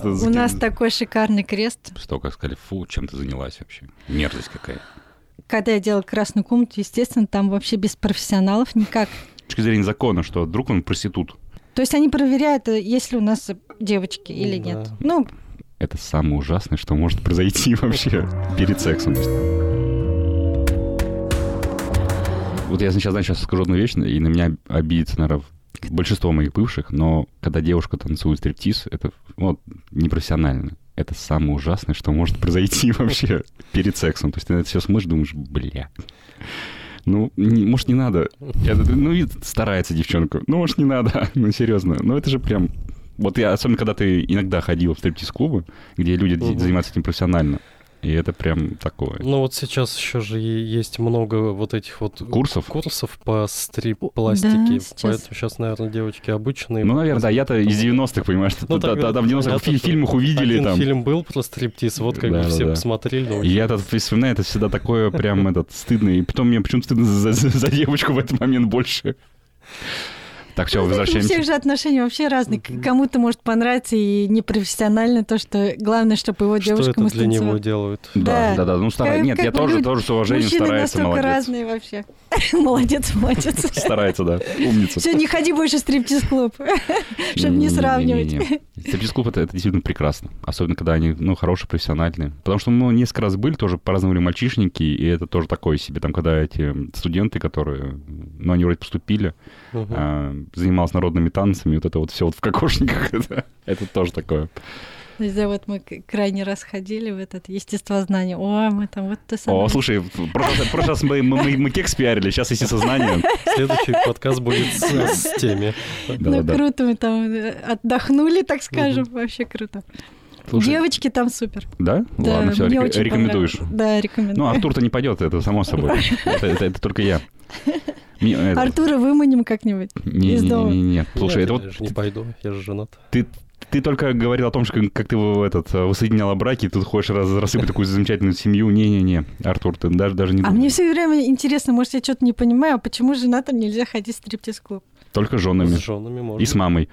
просто... У нас такой шикарный крест. Столько сказали, фу, чем ты занялась вообще. Мерзость какая. Когда я делала красную комнату, естественно, там вообще без профессионалов никак. С точки зрения закона, что вдруг он проститут. То есть они проверяют, э, есть ли у нас девочки или Да. нет. Ну, Это самое ужасное, что может произойти вообще перед сексом. Вот я сейчас, знаешь, сейчас скажу одну вещь, и на меня обидится, наверное, большинство моих бывших, но когда девушка танцует стриптиз, это ну, непрофессионально. Это самое ужасное, что может произойти вообще перед сексом. То есть ты на это все смотришь, думаешь, бля. Ну, не- может, не надо. Я тут, ну, и старается девчонка. Ну, может, не надо. Ну, серьезно. Ну, это же прям... Вот я, особенно, когда ты иногда ходил в стриптиз-клубы, где люди Мгм. занимаются этим профессионально. И это прям такое. Ну вот сейчас еще же е- есть много вот этих вот Курсов? курсов по стрип-пластике. Да, сейчас. Поэтому сейчас, наверное, девочки обычные. Ну, наверное, да, я-то из 90-х, понимаешь, что Ну, да, так, да, да, в 90-х понятно, фи- что фильмах увидели Один там. фильм был про стриптиз, вот как бы Да-да-да. все посмотрели. ну, И я этот вспоминаю, это всегда такое прям этот стыдно. И потом мне почему-то стыдно за, за- за девочку в этот момент больше. Так, все, Ну, знаете, У всех возвращаемся. же отношения вообще разные. К- Мгм. Кому-то может понравиться и непрофессионально то, что главное, чтобы его ну, Что девушка это для него мустанцевала. делают? Да, Да. да, да. Ну, старай. Как- Нет, как я бы тоже, люди- тоже с уважением Мужчины старается, настолько молодец. разные вообще. Молодец, молодец. Старается, да. Умница. Все, не ходи больше в стриптиз-клуб, чтобы не сравнивать. Стриптиз-клуб это, это действительно прекрасно. Особенно, когда они, ну, хорошие, профессиональные. Потому что мы несколько раз были, тоже праздновали мальчишники, и это тоже такое себе. Там, когда эти студенты, которые, ну, они вроде поступили, Мгм. а, занимался народными танцами, вот это вот все вот в кокошниках, это, это тоже такое. Не знаю, вот мы к- крайний раз ходили в этот естествознание. О, мы там вот то О, самое. слушай, в прошлый раз- в прошлый раз мы, мы, мы- мы кекс пиарили, сейчас есть и сознание. Следующий подкаст будет с, с теми. Ну, Да-да-да. круто, мы там э, отдохнули, так скажем. Вообще круто. Слушай, Девочки там супер. Да? Ладно, да, все, мне очень рекомендуешь. понравилось. Да, рекомендую. Ну, Артур-то не пойдет, это само собой. Это, это- это только я. Мне- это- Артура выманим как-нибудь. не, не, из не, дома. не, не. Слушай, Я это вот же не пойду, я же женат. ты, ты только говорил о том, что как ты в этот э, воссоединяла браки, и тут хочешь раз, рассыпать такую замечательную семью. Не-не-не, Артур, ты даже, даже не А думай. мне все время интересно, может, я что-то не понимаю, а почему женатым нельзя ходить в стриптиз-клуб? Только с С женами. женами можно. И с мамой.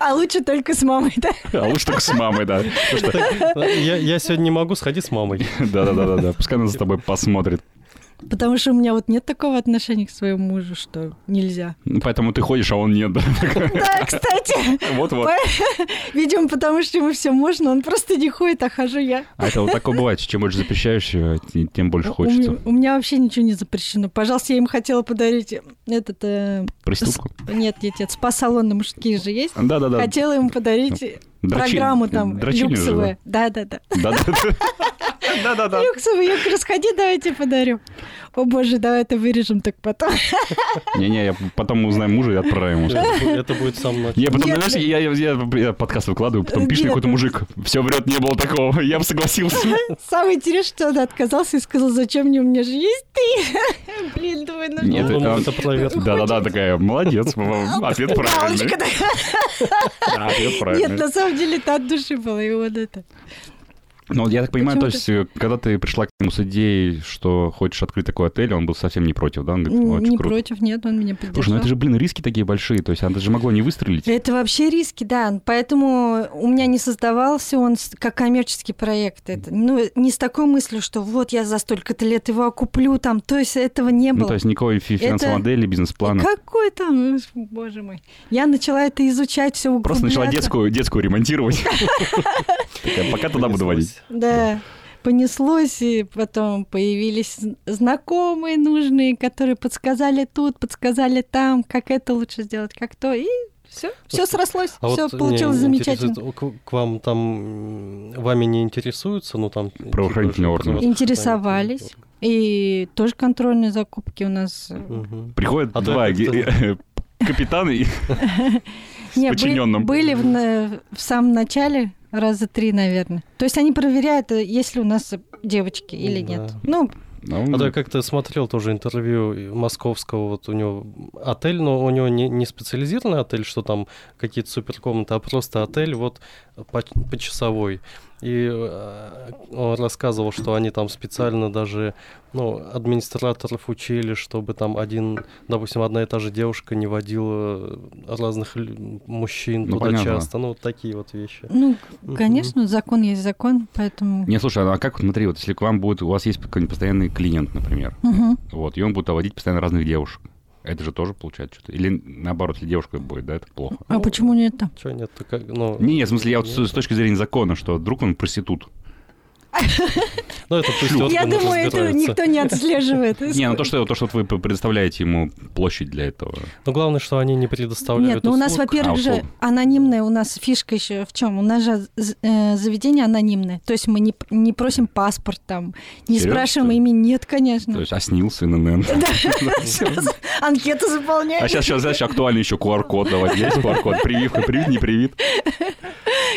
А лучше только с мамой, да? А лучше только с мамой, да. Потому что я, я сегодня не могу, сходи с мамой. Да-да-да-да, пускай она за тобой посмотрит. Потому что у меня вот нет такого отношения к своему мужу, что нельзя. Ну, Поэтому ты ходишь, а он нет. да. Да, кстати, Вот-вот. видимо, потому что ему все можно, он просто не ходит, а хожу я. А это вот такое бывает. Чем больше запрещаешь, э, те- тем больше У меня, хочется. у меня вообще ничего не запрещено. Пожалуйста, я им хотела подарить этот... э, Проститутку. нет, нет, нет, спа-салоны мужские же есть. Да-да-да. Хотела ему подарить Дрочильня. программу там Дрочильня же, люксовые. Да-да-да. да? Да-да-да. Да-да-да. Люксовый, я говорю, расходи, давайте подарю. О боже, давай это вырежем так потом. Не-не, я потом узнаем мужа и отправим ему. Это будет сам начало. Я потом, Нет, Э, знаешь, я, я- я- я подкаст выкладываю, потом пишет Нет. ну какой-то мужик. Все врет, не было такого. Я бы согласился. Самое интересное, что он отказался и сказал, зачем мне, у меня же есть ты. Блин, думаю, ну Нет, Он это- думал, это проверка. Да-да-да, такая, молодец. Ответ правильный. Галочка такая. Да, Ответ Нет, правильный. на самом деле это от души было, и вот это. Ну, вот я так понимаю, то Почему есть, э, когда ты пришла к нему с идеей, что хочешь открыть такой отель, он был совсем не против, да? Он говорит, «Ну, очень Не круто. против, Э, нет, он меня Слушай, ну поддержал. это же, блин, риски такие большие, то есть она же могла не выстрелить. Это вообще риски, да. Поэтому у меня не создавался он с- как коммерческий проект. Это, ну, не с такой мыслью, что вот я за столько-то лет его окуплю там. То есть этого не было. Ну, то есть никакой фи- финансовой Это- модели, бизнес-плана. Какой там, ну, боже мой. Я начала это изучать, все Просто начала детскую, детскую ремонтировать. Такая, Пока туда буду водить. Да, понеслось, и потом появились зн- знакомые нужные, которые подсказали тут, подсказали там, как это лучше сделать, как то, и все, все срослось, А все вот меня получилось интересует, замечательно. о, К, к вам там м, вами не интересуются, ну там Правоохранительные типа, органы. Интересовались. И тоже контрольные закупки у нас. э, Мгм. Приходят А два так ге- капитаны и Не, бы- подчиненным. были в, на- в самом начале раза три, наверное. То есть они проверяют, э, есть ли у нас девочки или Да. нет. Ну, А Ну, то я как-то смотрел тоже интервью московского, вот у него отель, но у него не, не специализированный отель, что там какие-то суперкомнаты, а просто отель, вот по- почасовой. И э, он рассказывал, что они там специально даже ну, администраторов учили, чтобы там один, допустим, одна и та же девушка не водила разных лю- мужчин Ну, туда понятно. часто. Ну, вот такие вот вещи. Ну, Мгм. конечно, закон есть закон, поэтому... Не, слушай, а как, смотри, вот если к вам будет, у вас есть какой-нибудь постоянный клиент, например, Мгм. вот, и он будет водить постоянно разных девушек. Это же тоже получается что-то. Или наоборот, если девушка будет, да, это плохо. А почему ну, нет там? Чего нет? Как, ну, Не, не, в смысле, я вот с, нет. с точки зрения закона, что вдруг он проститут. Ну, это пусть тётка, Я может, думаю, это разбирается. никто не отслеживает. Не, ну то, что, то, что вы предоставляете ему площадь для этого. Но Ну, главное, что они не предоставляют Нет, ну у нас, услуг. А, во-первых, же услуг. анонимная у нас фишка еще в чем? У нас же з- э, заведение анонимное. То есть мы не, п- не просим паспорт там, не Серьёзно, что спрашиваем ли? имя. Нет, конечно. То есть оснился ННН. Сразу Анкету заполняем. А сейчас, сейчас, знаешь, актуально еще QR-код давать. Есть QR-код? Прививка, привит, не привит?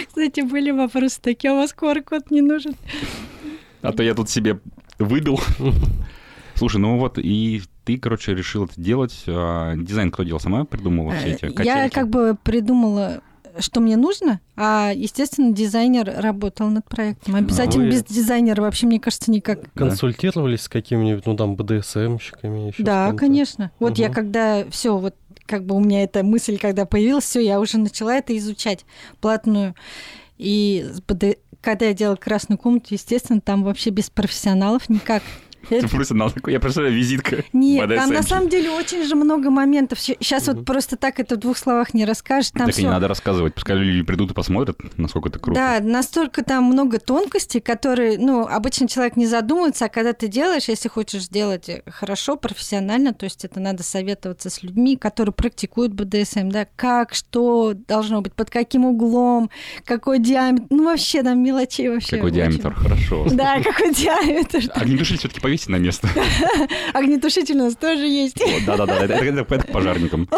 Кстати, были вопросы такие, а у вас QR-код не нужен? А то я тут себе выбил. Слушай, ну вот и ты, короче, решил это делать. А, дизайн кто делал? Сама придумала все эти Э, Я котельки? как бы придумала, что мне нужно, а, естественно, дизайнер работал над проектом. Обязательно А вы- без дизайнера вообще, мне кажется, никак. Консультировались с какими-нибудь, ну, там, БДСМщиками еще Да, конечно. Вот я Мгм. когда все, вот как бы у меня эта мысль, когда появилась, все, я уже начала это изучать платную. И с БД когда я делала красную комнату, естественно, там вообще без профессионалов никак. Ты просто на такой- Я представляю, визитка. Нет, там BDSM. на самом деле очень же много моментов. Сейчас вот Мгм. просто так это в двух словах не расскажешь. Там Так и не всё- надо рассказывать. Пускай люди придут и посмотрят, насколько это круто. Да, настолько там много тонкостей, которые, ну, обычно человек не задумывается, а когда ты делаешь, если хочешь сделать э, хорошо, профессионально, то есть это надо советоваться с людьми, которые практикуют БДСМ, да, как, что должно быть, под каким углом, какой диаметр, ну, вообще там мелочей вообще. Какой очень. диаметр, хорошо. Да, какой диаметр. Огнетушитель все-таки повесить на место. А Огнетушитель у нас тоже есть. Вот, Да-да-да, это, это- это к пожарникам.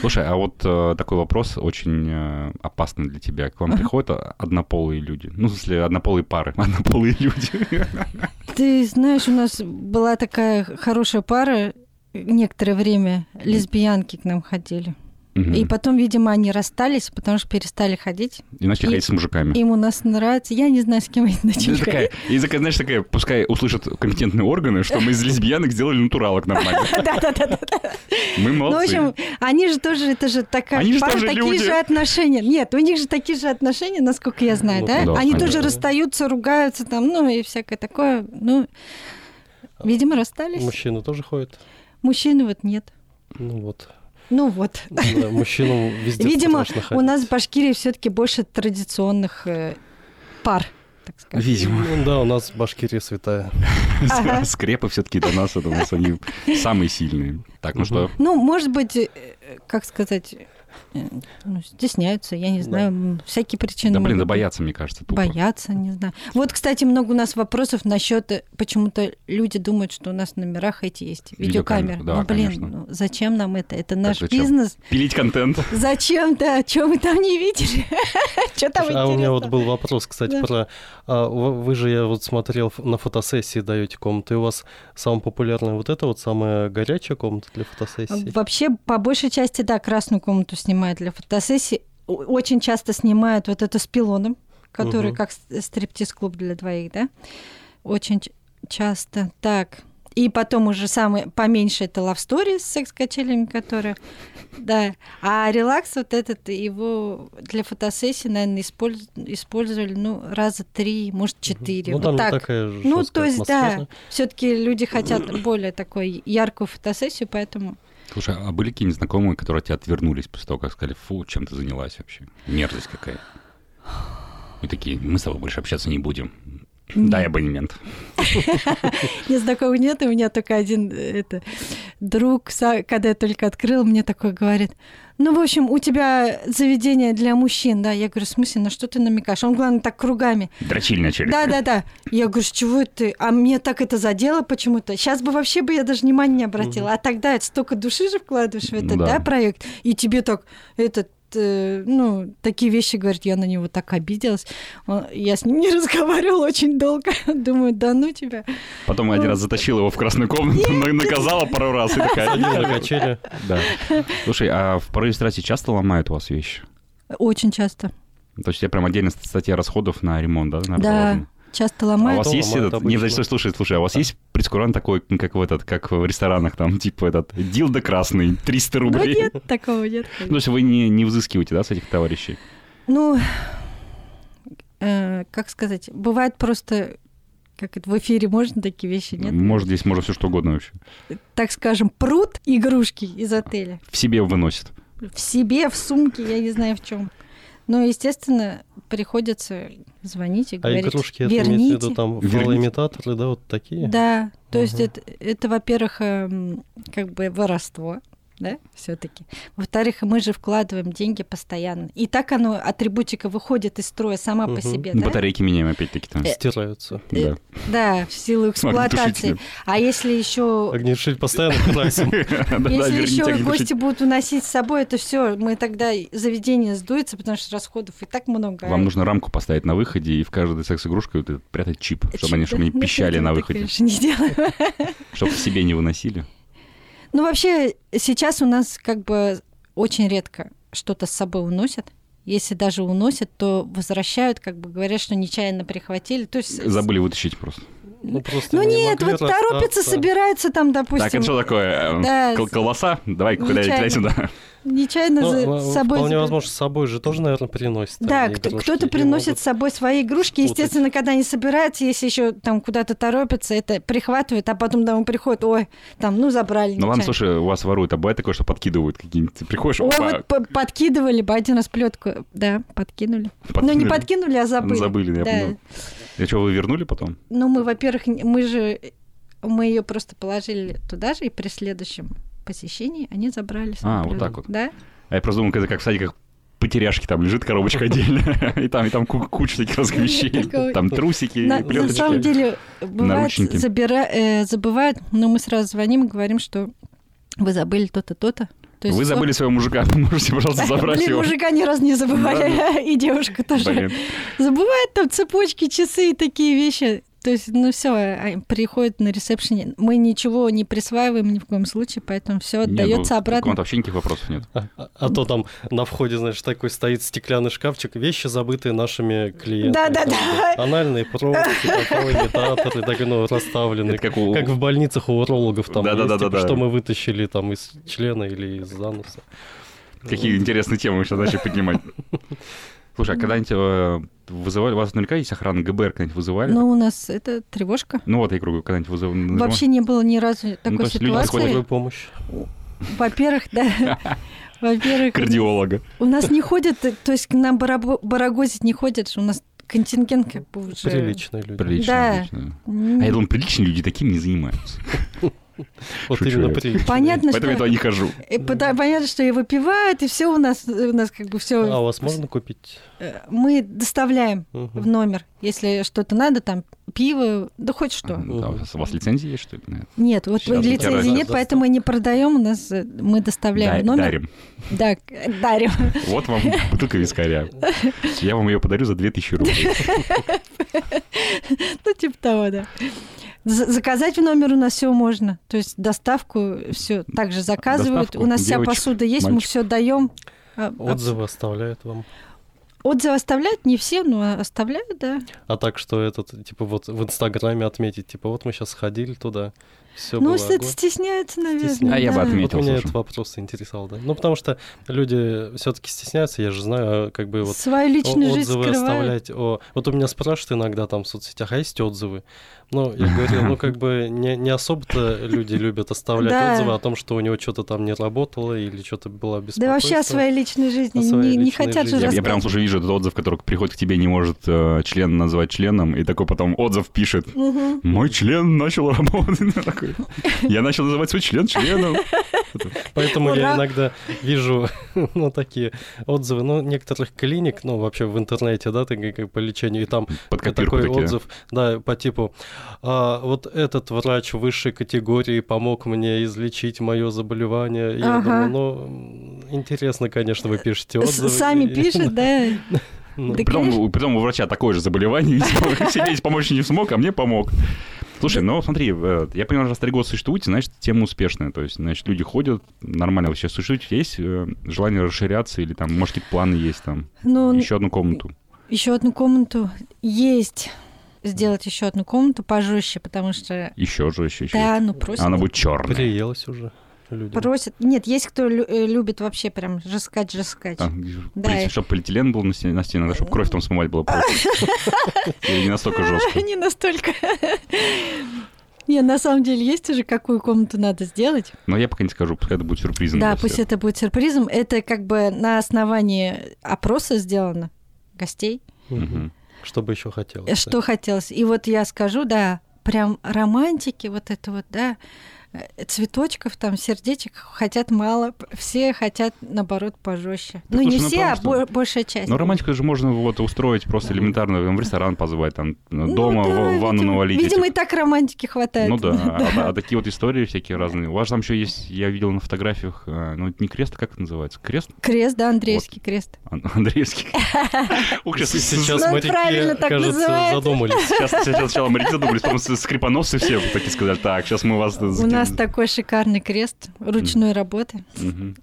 Слушай, а вот э, такой вопрос очень э, опасный для тебя. К вам приходят а, однополые люди? Ну, в смысле, однополые пары, однополые люди. Ты знаешь, у нас была такая хорошая пара некоторое время, лесбиянки к нам ходили. И Мгм. потом, видимо, они расстались, потому что перестали ходить. И начали и- ходить с мужиками. Им у нас нравится. Я не знаю, с кем они И начали Ну, такая, ходить. и такая, знаешь, такая, пускай услышат компетентные органы, что мы из лесбиянок сделали натуралок нормально. Да-да-да. Мы Ну, в общем, молодцы. они же тоже, это же такая Они же пара, тоже такие люди. же отношения. Нет, у них же такие же отношения, насколько я знаю, Ну, да? да, Они конечно. тоже расстаются, ругаются там, ну и всякое такое. Ну, видимо, расстались. Мужчины тоже ходят. Мужчины вот нет. Ну, вот. Ну вот. Да, Мужчинам везде Видимо, страшно ходить. у нас в Башкирии все-таки больше традиционных э, пар, так сказать. Видимо. Ну да, у нас Башкирия святая. Ага. Скрепы все-таки до нас, это у нас они самые сильные. Так, ну Мгм. что, Ну, может быть, э, э, как сказать, э, ну, стесняются, я не Да. знаю, м, всякие причины. да блин, да могут быть. боятся, мне кажется, тупо. Боятся, не знаю. Вот, кстати, много у нас вопросов насчет, почему-то люди думают, что у нас в номерах эти есть Видеокамеры, видеокамеры. да, ну, блин, конечно. ну, зачем нам это? Это наш зачем? бизнес. Пилить контент. Зачем, да? Чего мы там не видели? Что там а у меня вот интересно? был вопрос, кстати, Да. про... а, вы вы же, я вот смотрел, ф- на фотосессии даете комнаты. У вас самая популярная вот эта вот, самая горячая комната для фотосессии? Вообще, по большей части, да, красную комнату снимают для фотосессии. О- Очень часто снимают вот это с пилоном, который Мгм. как с- э, стриптиз-клуб для двоих, да? Очень ч- часто. Так. И потом уже самые поменьше это love story с секс-качелями, которые... Да. А релакс вот этот, его для фотосессии, наверное, использ- использовали, ну, раза три, может, четыре. Ну, Вот там не так. такая Ну, жёсткая то есть, атмосфера. да, все-таки люди хотят более такой яркую фотосессию, поэтому Слушай, а были какие-нибудь знакомые, которые от тебя отвернулись после того, как сказали, фу, чем ты занялась вообще? Мерзость какая. И такие, мы с тобой больше общаться не будем. Дай абонемент. Мне знакомых нет, и у меня только один э, это, друг, са- когда я только открыла, мне такой говорит, ну, в общем, у тебя заведение для мужчин, да? Я говорю, в смысле, на что ты намекаешь? Он, главное, так кругами. Дрочильная челюсть. Да-да-да. Я говорю, с чего это ты? А мне так это задело почему-то. Сейчас бы вообще бы я даже внимания не обратила. А тогда это столько души же вкладываешь в Ну этот, да. да. проект. И тебе так этот э, ну, такие вещи, говорит, я на него так обиделась. Он- Я с ним не разговаривала очень долго. Думаю, да ну тебя. Потом один раз затащила его в красную комнату, на- наказала пару раз и Садил на такая. качели. Да. Слушай, а в порыве страсти часто ломают у вас вещи? Очень часто. То есть у тебя прям отдельная статья расходов на ремонт, да? наверное, Да, положена? часто А у ломают. вас Дома есть это этот... обычно. Не, подожди, слушай, слушай, а у вас Да. есть прескурант такой, ну, как в этот, как в ресторанах, там, типа этот, дилда красный, 300 Ну рублей? нет, такого нет. Ну, То есть вы не, не взыскиваете, да, с этих товарищей? Ну, э, как сказать, бывает просто, как это, в эфире можно такие вещи, нет? Может, здесь можно все что угодно вообще. Так скажем, прут игрушки из отеля. В себе выносит. В себе, в сумке, я не знаю в чем. Но, естественно, приходится звонить и А говорить, игрушки, это верните. имеется в виду там Верните. фалоимитаторы, да, вот такие? Да, то есть Ага. это, это, во-первых, эм, как бы воровство, да, все-таки. Во-вторых, мы же вкладываем деньги постоянно. И так оно атрибутика выходит из строя сама по Мгм. себе, да? Батарейки меняем опять-таки там. Э, Стираются. Да. Да, в силу эксплуатации. Огнетушителем. А если еще Огнетушитель постоянно красим. Да-да, если верните еще огнетушитель. гости будут уносить с собой, это все, мы тогда и- заведение сдуется, потому что расходов и так много. Вам нужно рамку поставить на выходе и в каждой секс-игрушке вот этот прятать чип, чтобы они чтобы не пищали на выходе, не делаем. чтобы себе не выносили. Ну, вообще, сейчас у нас как бы очень редко что-то с собой уносят. Если даже уносят, то возвращают, как бы говорят, что нечаянно прихватили. То есть, Забыли вытащить просто. Ну, просто Ну не нет, могли вот торопятся, расстаться. собираются там, Так, это допустим, что такое? Да, Э, кол- с- Колбаса? Давай, куда Нечаянно. дай сюда. нечаянно Ну, за- в- с собой. Вполне забирают. возможно, с собой же тоже, наверное, приносит. Да, кто- кто-то приносит с собой свои игрушки. спутать. Естественно, когда они собираются, если еще там куда-то торопятся, это прихватывают, а потом домой приходят, ой, там, ну, забрали. Ну ладно, нечаянно». слушай, у вас воруют, а бывает такое, что подкидывают какие-нибудь. Ты приходишь, Ой, опа, вот п- подкидывали бы один раз плетку. Да, подкинули. Ну, не подкинули. подкинули, а забыли. Забыли, я Да. понял. И что, вы вернули потом? Ну, мы, во-первых, не- мы же мы ее просто положили туда же, и при следующем посещении они забрали. А, своё вот блюдо. так вот. Да? А я просто думал, это как в садиках потеряшки, там лежит коробочка отдельно, и там, и там ку- куча всяких разных вещей, Такого- там трусики, На, плеточки. на самом деле, бывает, Наручники. забира, э, забывают, но мы сразу звоним и говорим, что вы забыли то-то, то-то. То есть Вы всё- забыли своего мужика, можете, пожалуйста, забрать Блин, его. мужика ни разу не забывали, и девушка тоже. Блин. Забывают там цепочки, часы и такие вещи. То есть, ну все, приходят на ресепшене. Мы ничего не присваиваем ни в коем случае, поэтому все Не, ну, отдается к вам обратно. вообще никаких вопросов нет. А, а- а то там на входе, значит, такой стоит стеклянный шкафчик, вещи, забытые нашими клиентами. Да-да-да. Там, Анальные пробки, имитаторы, так, ну, расставлены. Это как у- Как в больницах у урологов там Да-да-да-да-да. есть, типа, что мы вытащили там из члена или из ануса. Какие интересные темы мы сейчас начали поднимать. Слушай, а когда-нибудь э, вызывали, у вас наверняка есть охрана ГБР, когда-нибудь вызывали? Но у нас это тревожка. Ну вот, я говорю, когда-нибудь вызывали? Вообще не было ни разу Ну, то такой есть люди ситуации. подходят- Скорую помощь. Во-первых, да. Во-первых, Кардиолога. у нас не ходят, то есть к нам барабо- барагозить не ходят, у нас контингент как бы уже... Приличные люди. Прилично, Да. прилично. М, А я думал, приличные люди таким не занимаются. Вот Шучу именно я. приличные. Понятно, Поэтому я Ну что... туда не хожу. э, пота- Понятно, что и выпивают, и все у нас, э, у нас как бы все... А у вас можно купить? Мы доставляем Мгм. в номер, если что-то надо, там пиво, да хоть что. Ну, да, У вас у вас лицензия есть, что ли? на это? Нет, вот Сейчас лицензии доставляем. нет, поэтому и не продаем, у нас э, мы доставляем в Да, номер. Дарим. Да, к- дарим. Вот вам бутылка вискаря. Я вам ее подарю за 2000 рублей. Ну, типа того, да. З- Заказать в номер у нас все можно. То есть доставку все также заказывают. Доставку у нас вся девочек, посуда есть, мы мальчиков. все даем. Отзывы оставляют вам. а, Отзывы оставляют не все, но оставляют, да. А так, что этот, типа, вот в Инстаграме отметить, типа, вот мы сейчас сходили туда, все ну, было это огонь. стесняется, наверное. Стесняется. А я бы да. отметил. Вот меня слушай. этот вопрос интересовал, да. Ну, потому что люди все-таки стесняются, я же знаю, а как бы вот Свою о- личную жизнь отзывы скрывают. оставлять. О, вот у меня спрашивают иногда там в соцсетях, а есть отзывы? Ну, я говорил, ну, как бы не, не особо-то люди любят оставлять Да. отзывы о том, что у него что-то там не работало или что-то было беспокойство. Да вообще о своей личной жизни О своей не, не личной хотят же жизни. Я, рассказывать. я прям, слушай, вижу этот отзыв, который приходит к тебе, не может э, член назвать членом, и такой потом отзыв пишет. Мгм. Мой член начал работать. Такой, Я начал называть свой член членом. Поэтому Ура! я иногда вижу, ну, такие отзывы, ну, некоторых клиник, ну, вообще в интернете, да, ты как- как по лечению, и там Под копирку такой такие, да. отзыв, да, по типу, «А, вот этот врач высшей категории помог мне излечить мое заболевание. И Я Ага. думаю, ну, м, интересно, конечно, вы пишете С- отзывы. Сами И- пишут, да. Ну, Да, Потом, конечно. у- потом у врача такое же заболевание, видимо. Сидеть помочь не смог, а мне помог. Слушай, ну смотри, э, я понимаю, раз три года существуете, значит, тема успешная. То есть, значит, люди ходят, нормально вообще существуете. Есть э, желание расширяться или там, может, какие-то планы есть там? Ну, Еще одну комнату. еще одну комнату есть. Сделать еще одну комнату пожестче, потому что Еще жестче, еще. да, ну просто А Она будет черная. Приелось уже людям. просят. Нет, есть кто лю- э, любит вообще прям жескать, жескать. Да, и- чтобы полиэтилен был на стене, на стене, надо, чтобы кровь там смывать было просто. Или не настолько жестко. Не настолько. Не, на самом деле есть уже какую комнату надо сделать. Но я пока не скажу, пускай это будет сюрпризом. Да, для пусть всех. это будет сюрпризом. Это как бы на основании опроса сделано гостей, Мгм. Мгм. Что бы еще хотелось. э, да. что хотелось. И вот я скажу, да, прям романтики, вот это вот, да, э, цветочков там, сердечек хотят мало, п- все хотят, наоборот, пожестче. Да ну, не слушай, ну все, а потому что- бо- большая часть. Ну, романтику же можно вот устроить просто элементарно, там, в ресторан позвать, там, Ну дома да, в- в ванну видимо- навалить. Видимо, этих. и так романтики хватает. Ну да, а- А, а такие вот истории всякие разные. У вас там еще есть, я видел на фотографиях, э, ну это не крест, как это называется? Крест? Крест, да, Андреевский крест. Ан- Андреевский. Ух, С- сейчас, Сейчас сейчас, Ну, моряки, правильно так называется. кажется, задумались. сейчас, сейчас сначала моряки задумались, потом с- скрипоносцы все такие сказали, так, сейчас мы вас... У нас такой шикарный крест ручной работы. Мгм.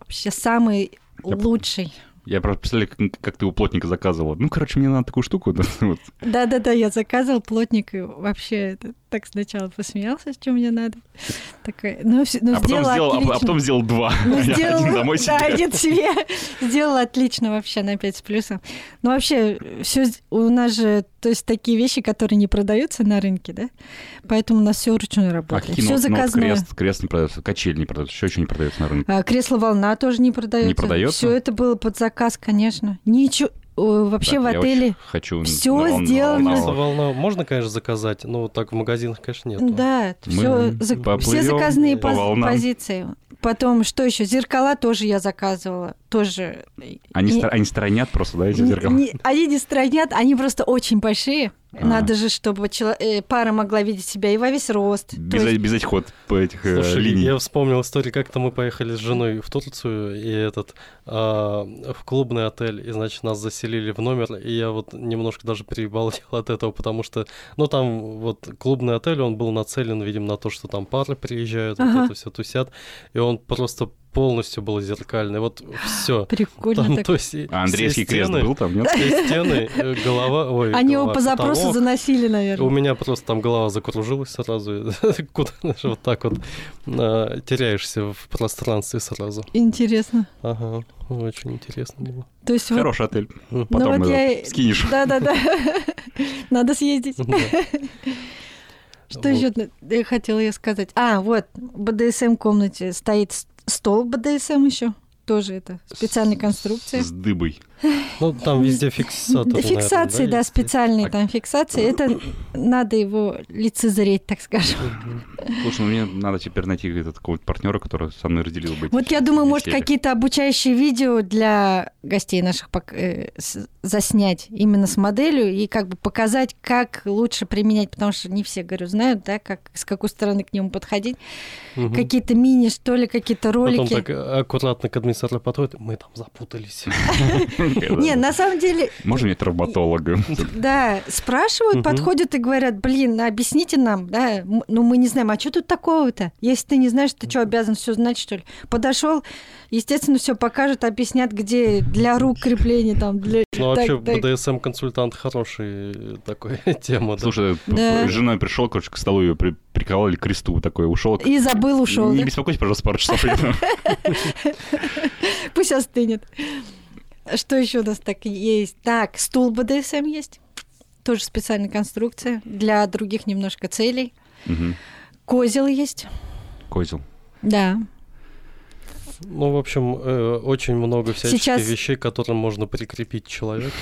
Вообще самый Я- лучший. Я просто представляю, как, как ты у плотника заказывала. Ну, короче, мне надо такую штуку. да, вот. Ну, Да-да-да, я заказывал плотник, и вообще это, так сначала посмеялся, что мне надо. Такая, ну, всё- ну, а, потом сделала сделал, а- а, отлично. потом сделал два. Ну, Один сделала- домой да, себе. один себе. Сделала отлично вообще на 5 с плюсом. Ну, вообще, все у нас же, то есть, такие вещи, которые не продаются на рынке, да? Поэтому у нас все ручной А работает. какие Все ну, ну, вот заказное. крест, крест не продается, качель не продается, еще что не продается на рынке. А, Кресло волна тоже не продается. Не продается? Все это было под заказ, конечно. Ничего. о, Так, Вообще в я отеле. очень хочу... всё на- на- на- сделано. на- Просто волна можно, конечно, заказать, но вот так в магазинах, конечно, нет. Да, Мы всё м, за- все поплывём заказные по поз- волнам. позиции. Потом, что еще? Зеркала тоже я заказывала. Тоже. Они, Не- стра- они сторонят просто, да, эти не- зеркала? не- они не странят, они просто очень большие. А. Надо же, чтобы чело- э, пара могла видеть себя и во весь рост. То Без, есть- без этих вот по этих э, Слушай, линий. я вспомнил историю, как-то мы поехали с женой в Турцию, и этот а, в клубный отель, и значит нас заселили в номер, и я вот немножко даже перебалдел от этого, потому что, ну там вот клубный отель, он был нацелен, видимо, на то, что там пары приезжают, Ага. вот это все тусят, и он просто полностью был зеркальный, вот все. Прикольно Там, так. то есть, и А Андреевский все крест стены- был там, нет? Все стены, э, голова, ой, Они его голова, по запросу потолок. заносили, У наверное. меня просто там голова закружилась сразу. и Куда же вот так вот а, теряешься в пространстве сразу. Интересно. Ага, очень интересно было. То есть вот Хороший отель. Мгм. Ну Потом вот я э, и- скинешь. Да-да-да. Надо съездить. Да. Что Вот. еще хотела я сказать? А, вот, в БДСМ-комнате стоит с- стол БДСМ еще. Тоже это специальная конструкция. С дыбой. Ну, там везде фиксатор. Да, наверное, Фиксации, да, есть? специальные А- там фиксации. Это надо его лицезреть, так скажем. Мгм. Слушай, ну мне надо теперь найти этот какого-то партнера, который со мной разделил бы. эти Вот я думаю, может, веселья. какие-то обучающие видео для гостей наших пок- э, с- заснять именно с моделью и как бы показать, как лучше применять, потому что не все, говорю, знают, да, как, с какой стороны к нему подходить. Мгм. Какие-то мини, что ли, какие-то ролики. Потом так э, аккуратно к администратору подходит, мы там запутались. Не, на самом деле, Можно мне травматолога? да, спрашивают, Мгм. подходят и говорят, блин, ну объясните нам, да, м- ну мы не знаем, а что тут такого-то? Если ты не знаешь, ты что, обязан все знать, что ли? Подошел, естественно, все покажут, объяснят, где для рук крепление, там, для... Ну, вообще, Так, так. БДСМ-консультант хороший э, такой тема. да. Слушай, Да. с женой пришел, короче, к столу ее при- приковали к кресту, такой ушел. И забыл, ушел, Не да? беспокойся, пожалуйста, пару часов. я там. Пусть остынет. Что еще у нас так есть? Так, стул БДСМ есть. Тоже специальная конструкция для других немножко целей. Мгм. Козел есть. Козел. Да. Ну, в общем, э, очень много всяких Сейчас- вещей, к которым можно прикрепить человека,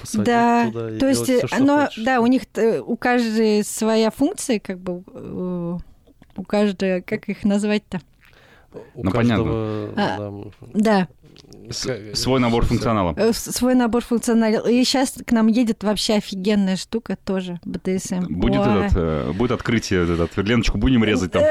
посадить да, туда и то есть, делать всё, что оно, хочешь. да, у них э, у каждой своя функция, как бы э, у каждой, как их назвать-то? У Ну, каждого, А. да, м, Да, С- свой набор функционала. Э, с- Свой набор функционалил. И сейчас к нам едет вообще офигенная штука тоже, БТСМ. Будет, Ой. этот, э, будет открытие, вот этот, Леночку будем резать там.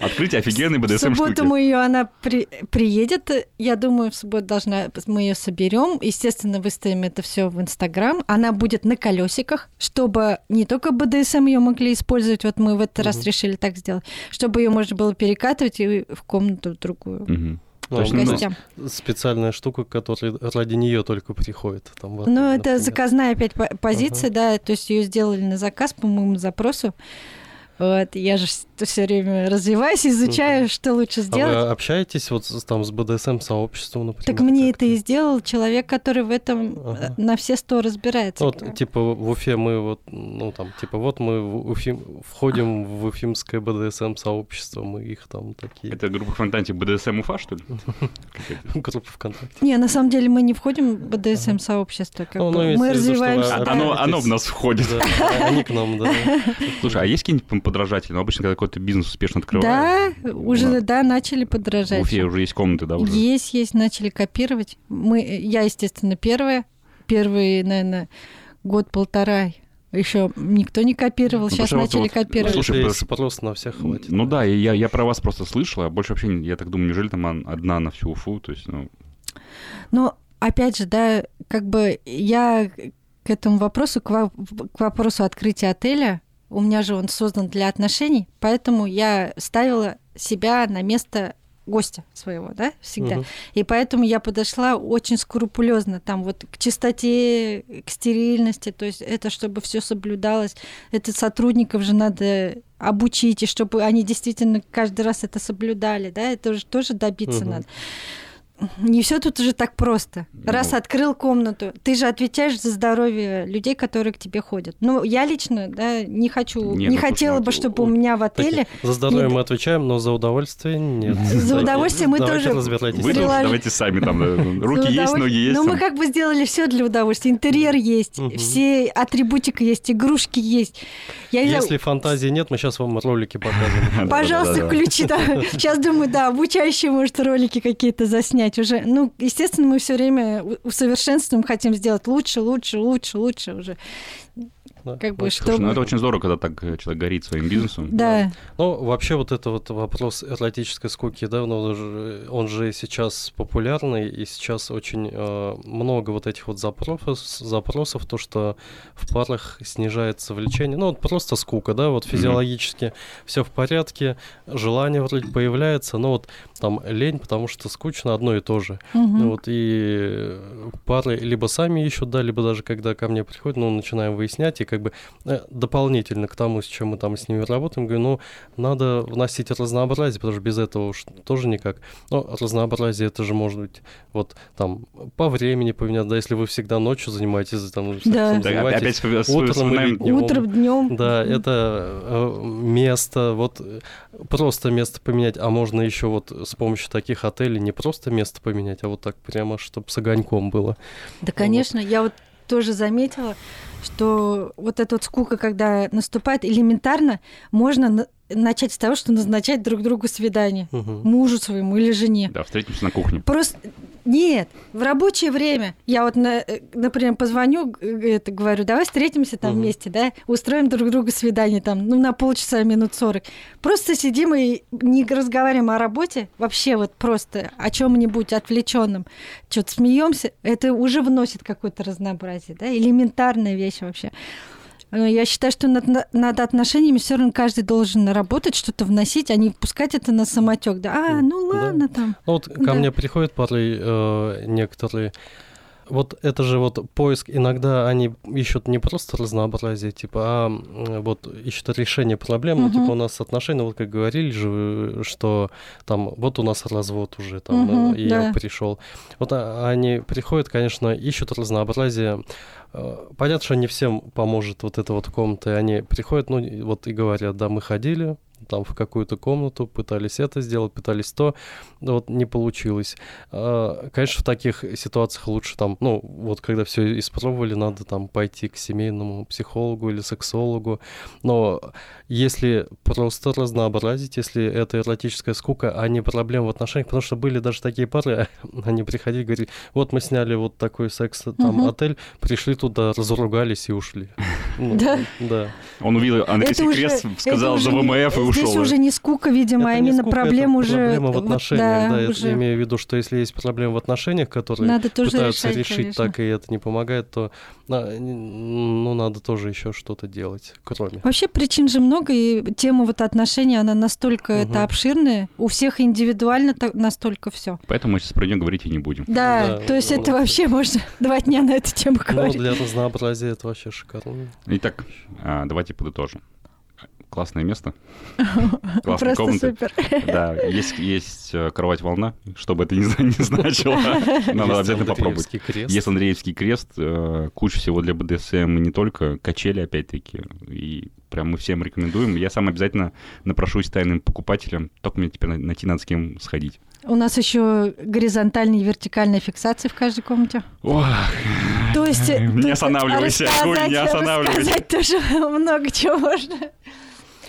Открытие офигенной В БДСМ субботу штуки. мы ее, она при- приедет, я думаю, в субботу должна, мы ее соберем, естественно, выставим это все в Инстаграм. Она будет на колесиках, чтобы не только БДСМ ее могли использовать, вот мы в этот раз Мгм. решили так сделать, чтобы ее можно было перекатывать и в комнату другую. Мгм. Ну, Точно, ну, да. Гостям. специальная штука, которая ради нее только приходит. Там, вот, Ну, это например. заказная опять по- позиция, да, то есть ее сделали на заказ по моему запросу. Вот, я же все время развиваюсь, изучаю, что лучше А вы сделать. общаетесь вот с- там с БДСМ-сообществом, например? Так мне это как-то? и сделал человек, который в этом э, Ага. на все сто разбирается. Ну, Вот, типа, в Уфе мы вот, ну, там, типа, вот мы в Уфим- входим в уфимское БДСМ-сообщество, мы их там такие... Это группа ВКонтакте БДСМ Уфа, что ли? Группа ВКонтакте. Не, на самом деле мы не входим в БДСМ-сообщество. Ну, ну, если мы то, что вы развиваемся. А- да. Оно, оно в нас входит. Да, а- они к нам, да. Слушай, а есть какие-нибудь подражатели? Ну, обычно, когда какой-то бизнес успешно открывает. Да, уже Ладно. да, начали В подражать. Уфе уже есть комнаты, да, уже? Есть, есть, начали копировать. Мы, я, естественно, первая. Первые, наверное, год-полтора еще никто не копировал. Ну, Сейчас потому что начали вот- Ну, копировать. Слушай, если потому что- спрос на всех хватит. Ну да, и я, я про вас просто слышал, а больше вообще, не- я так думаю, неужели там он- одна на всю Уфу? То есть, ну, Но опять же, да, как бы я к этому вопросу, к, во- к вопросу открытия отеля, у меня же он создан для отношений, поэтому я ставила себя на место гостя своего, да, всегда. Мгм. И поэтому я подошла очень скрупулезно там вот к чистоте, к стерильности, то есть это чтобы все соблюдалось. Это сотрудников же надо обучить, и чтобы они действительно каждый раз это соблюдали, да, это же тоже добиться Мгм. надо. Не все тут уже так просто. Раз Ну. открыл комнату, ты же отвечаешь за здоровье людей, которые к тебе ходят. Ну, я лично, да, не хочу, Не, не, ну, слушай, хотела ну, бы, это чтобы у- у меня в Такие, отеле За здоровье Нет. мы отвечаем, но за удовольствие нет. За удовольствие мы Давайте тоже разбирайтесь. вы Прилож- тоже давайте сами там, да, руки Всё есть, удовольствие. ноги есть. Но там. Ну, мы как бы сделали все для удовольствия. Интерьер есть, Мгм. все атрибутика есть, игрушки есть. Я не знаю, Если фантазии нет, мы сейчас вам ролики покажем. Да-да-да-да. Пожалуйста, ключи. Сейчас думаю, да, обучающие, может, ролики какие-то заснять уже. Ну, естественно, мы все время у- усовершенствуем, хотим сделать лучше, лучше, лучше, лучше уже. Да. Как бы, Очень Слушай, ну чтобы... это очень здорово, когда так э, человек горит своим бизнесом. Да. Ну, вообще вот это вот вопрос эротической скуки, да, ну, он же, он же сейчас популярный, и сейчас очень э, много вот этих вот запросов, запросов, то, что в парах снижается влечение, ну, вот просто скука, да, вот физиологически все в порядке, желание вроде появляется, но вот там лень, потому что скучно одно и то же. Мгм. Ну вот и э, пары либо сами ищут, да, либо даже когда ко мне приходят, ну, начинаем выяснять, и как бы э, дополнительно к тому, с чем мы там с ними работаем, говорю, ну, надо вносить разнообразие, потому что без этого уж тоже никак. Но разнообразие это же может быть вот там по времени поменять, да, если вы всегда ночью занимаетесь, там, сексом Да, Да. опять занимаетесь, вспоминаем- утром или вспоминаем днём. Утром, днем. да, это э, место, вот э, просто место поменять, а можно еще вот с помощью таких отелей не просто место поменять, а вот так прямо, чтобы с огоньком было. Да, конечно, я вот тоже заметила, что вот эта вот скука, когда наступает, элементарно можно на- начать с того, что назначать друг другу свидание. Мгм. Ну Мужу своему или жене. Да, встретимся на кухне. Просто нет, в рабочее время я вот, на- э, например, позвоню, г- э, это говорю, давай встретимся там Мгм. вместе, да, устроим друг другу свидание там, ну, на полчаса, минут сорок. Просто сидим и не разговариваем о работе, вообще вот просто о чем-нибудь отвлеченном, что-то смеемся, это уже вносит какое-то разнообразие, да, элементарная вещь вообще. Э, Я считаю, что над, на- над отношениями все равно каждый должен работать, что-то вносить, а не пускать это на самотек. Да, а, М, ну да. ладно там. Ну вот ко Да. мне приходят пары э, некоторые. Вот это же вот поиск, иногда они ищут не просто разнообразие, типа, а м, вот ищут решение проблемы, Мгм. типа у нас отношения, вот как говорили же, э, что там вот у нас развод уже, там, Мгм, э, и да. я пришел. Вот а, они приходят, конечно, ищут разнообразие. Э, Понятно, что не всем поможет вот эта вот комната, и они приходят, ну, и вот и говорят, да, мы ходили, там в какую-то комнату, пытались это сделать, пытались то, но вот не получилось. А, Конечно, в таких ситуациях лучше там, ну, вот когда все испробовали, надо там пойти к семейному психологу или сексологу, но если просто разнообразить, если это эротическая скука, а не проблема в отношениях, потому что были даже такие пары, они приходили и говорили, вот мы сняли вот такой секс, э, там, Мгм. отель, пришли туда, разругались и ушли. Ну, Да. Да. Он увидел Андрей уже- Крест, это сказал уже за не- ВМФ и Здесь ушел. уже не скука, видимо, а Это не именно скука, это проблема уже... Проблема в вот, отношениях, да, уже я имею в виду, что если есть проблемы в отношениях, которые Надо тоже пытаются решать, решить конечно. так, и это не помогает, то а, н- ну, надо тоже еще что-то делать, кроме. Вообще причин же много, и тема вот отношений, она настолько Мгм. это обширная, у всех индивидуально так, настолько все. Поэтому мы сейчас про нее говорить и не будем. Да, Да, то есть вот это так. вообще можно два дня на эту тему Ну, говорить. для разнообразия это вообще шикарно. Итак, а, давайте подытожим. Классное место. Классная Просто комната. супер. Да, есть, есть э, кровать-волна, что бы это ни, зна- ни значило. Надо Есть обязательно попробовать. Андреевский крест. Есть Андреевский крест, э, куча всего для БДСМ, и не только, качели опять-таки. И прям мы всем рекомендуем. Я сам обязательно напрошусь тайным покупателям, только мне теперь на- найти надо с кем сходить. У нас еще горизонтальная и вертикальная фиксация в каждой комнате. Ох, То есть... э, Не тут останавливайся, рассказать- Гуль, не останавливайся. Рассказать тоже много чего можно.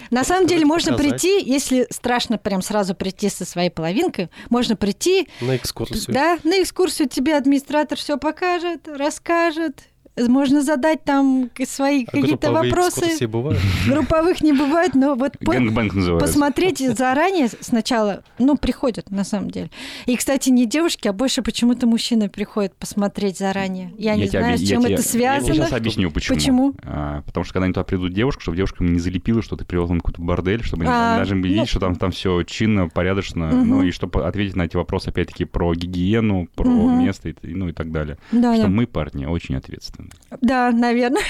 На самом деле можно Рассказать. прийти, если страшно прям сразу прийти со своей половинкой, можно прийти, На экскурсию. да, на экскурсию тебе администратор все покажет, расскажет. Можно задать там к- свои А какие-то групповые вопросы. экскурсии бывают? Групповых не бывает, но вот по- Гэнгбэнг называется. посмотреть заранее сначала, ну, приходят на самом деле. И, кстати, не девушки, а больше почему-то мужчины приходят посмотреть заранее. Я, не тебе знаю, объяс- с я чем тебе- это Я связано. сейчас объясню, почему. Почему? А, потому что когда они туда придут девушки, чтобы девушкам не залепило, что ты привел на какой-то бордель, чтобы они А, даже видеть, ну. что там, там все чинно, порядочно, Мгм. ну и чтобы ответить на эти вопросы, опять-таки, про гигиену, про Мгм. место, и, т- и ну и так далее. Да, что да. мы, парни, очень ответственны. да, наверное.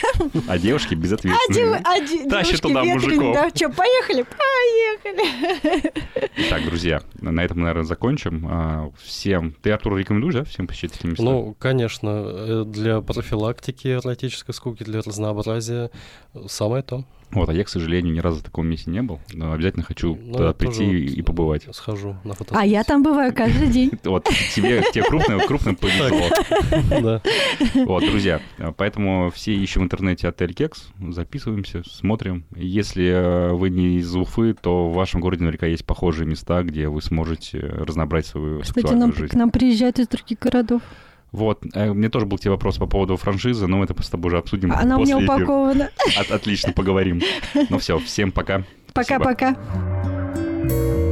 А девушки А дев- безответственны. а Тащи де- девушки туда ветреные, мужиков. Да, что, поехали? Поехали. Итак, друзья, на этом, наверное, закончим. А, всем... Ты, Артур, рекомендуешь, да, всем посещать такие места? Ну, конечно, э, для профилактики эротической скуки, для разнообразия э, самое то. Вот, а я, к сожалению, ни разу в таком месте не был, но обязательно хочу Ну, туда я прийти тоже и, вот и побывать. Схожу на фото. А я там бываю каждый день. Вот тебе, тебе крупно, крупно повезло. Да. Вот, друзья, э, поэтому все ищем в интернете отель Кекс, записываемся, смотрим. Если э, вы не из Уфы, то в вашем городе наверняка есть похожие места, где вы сможете разнообразить свою Кстати, сексуальную нам- жизнь. к нам приезжают из других городов. Вот, э, у меня тоже был к тебе вопрос по поводу франшизы, но мы это с тобой уже обсудим Она у после меня эфира. упакована. От- отлично, поговорим. Ну все, всем пока. Спасибо. Пока-пока.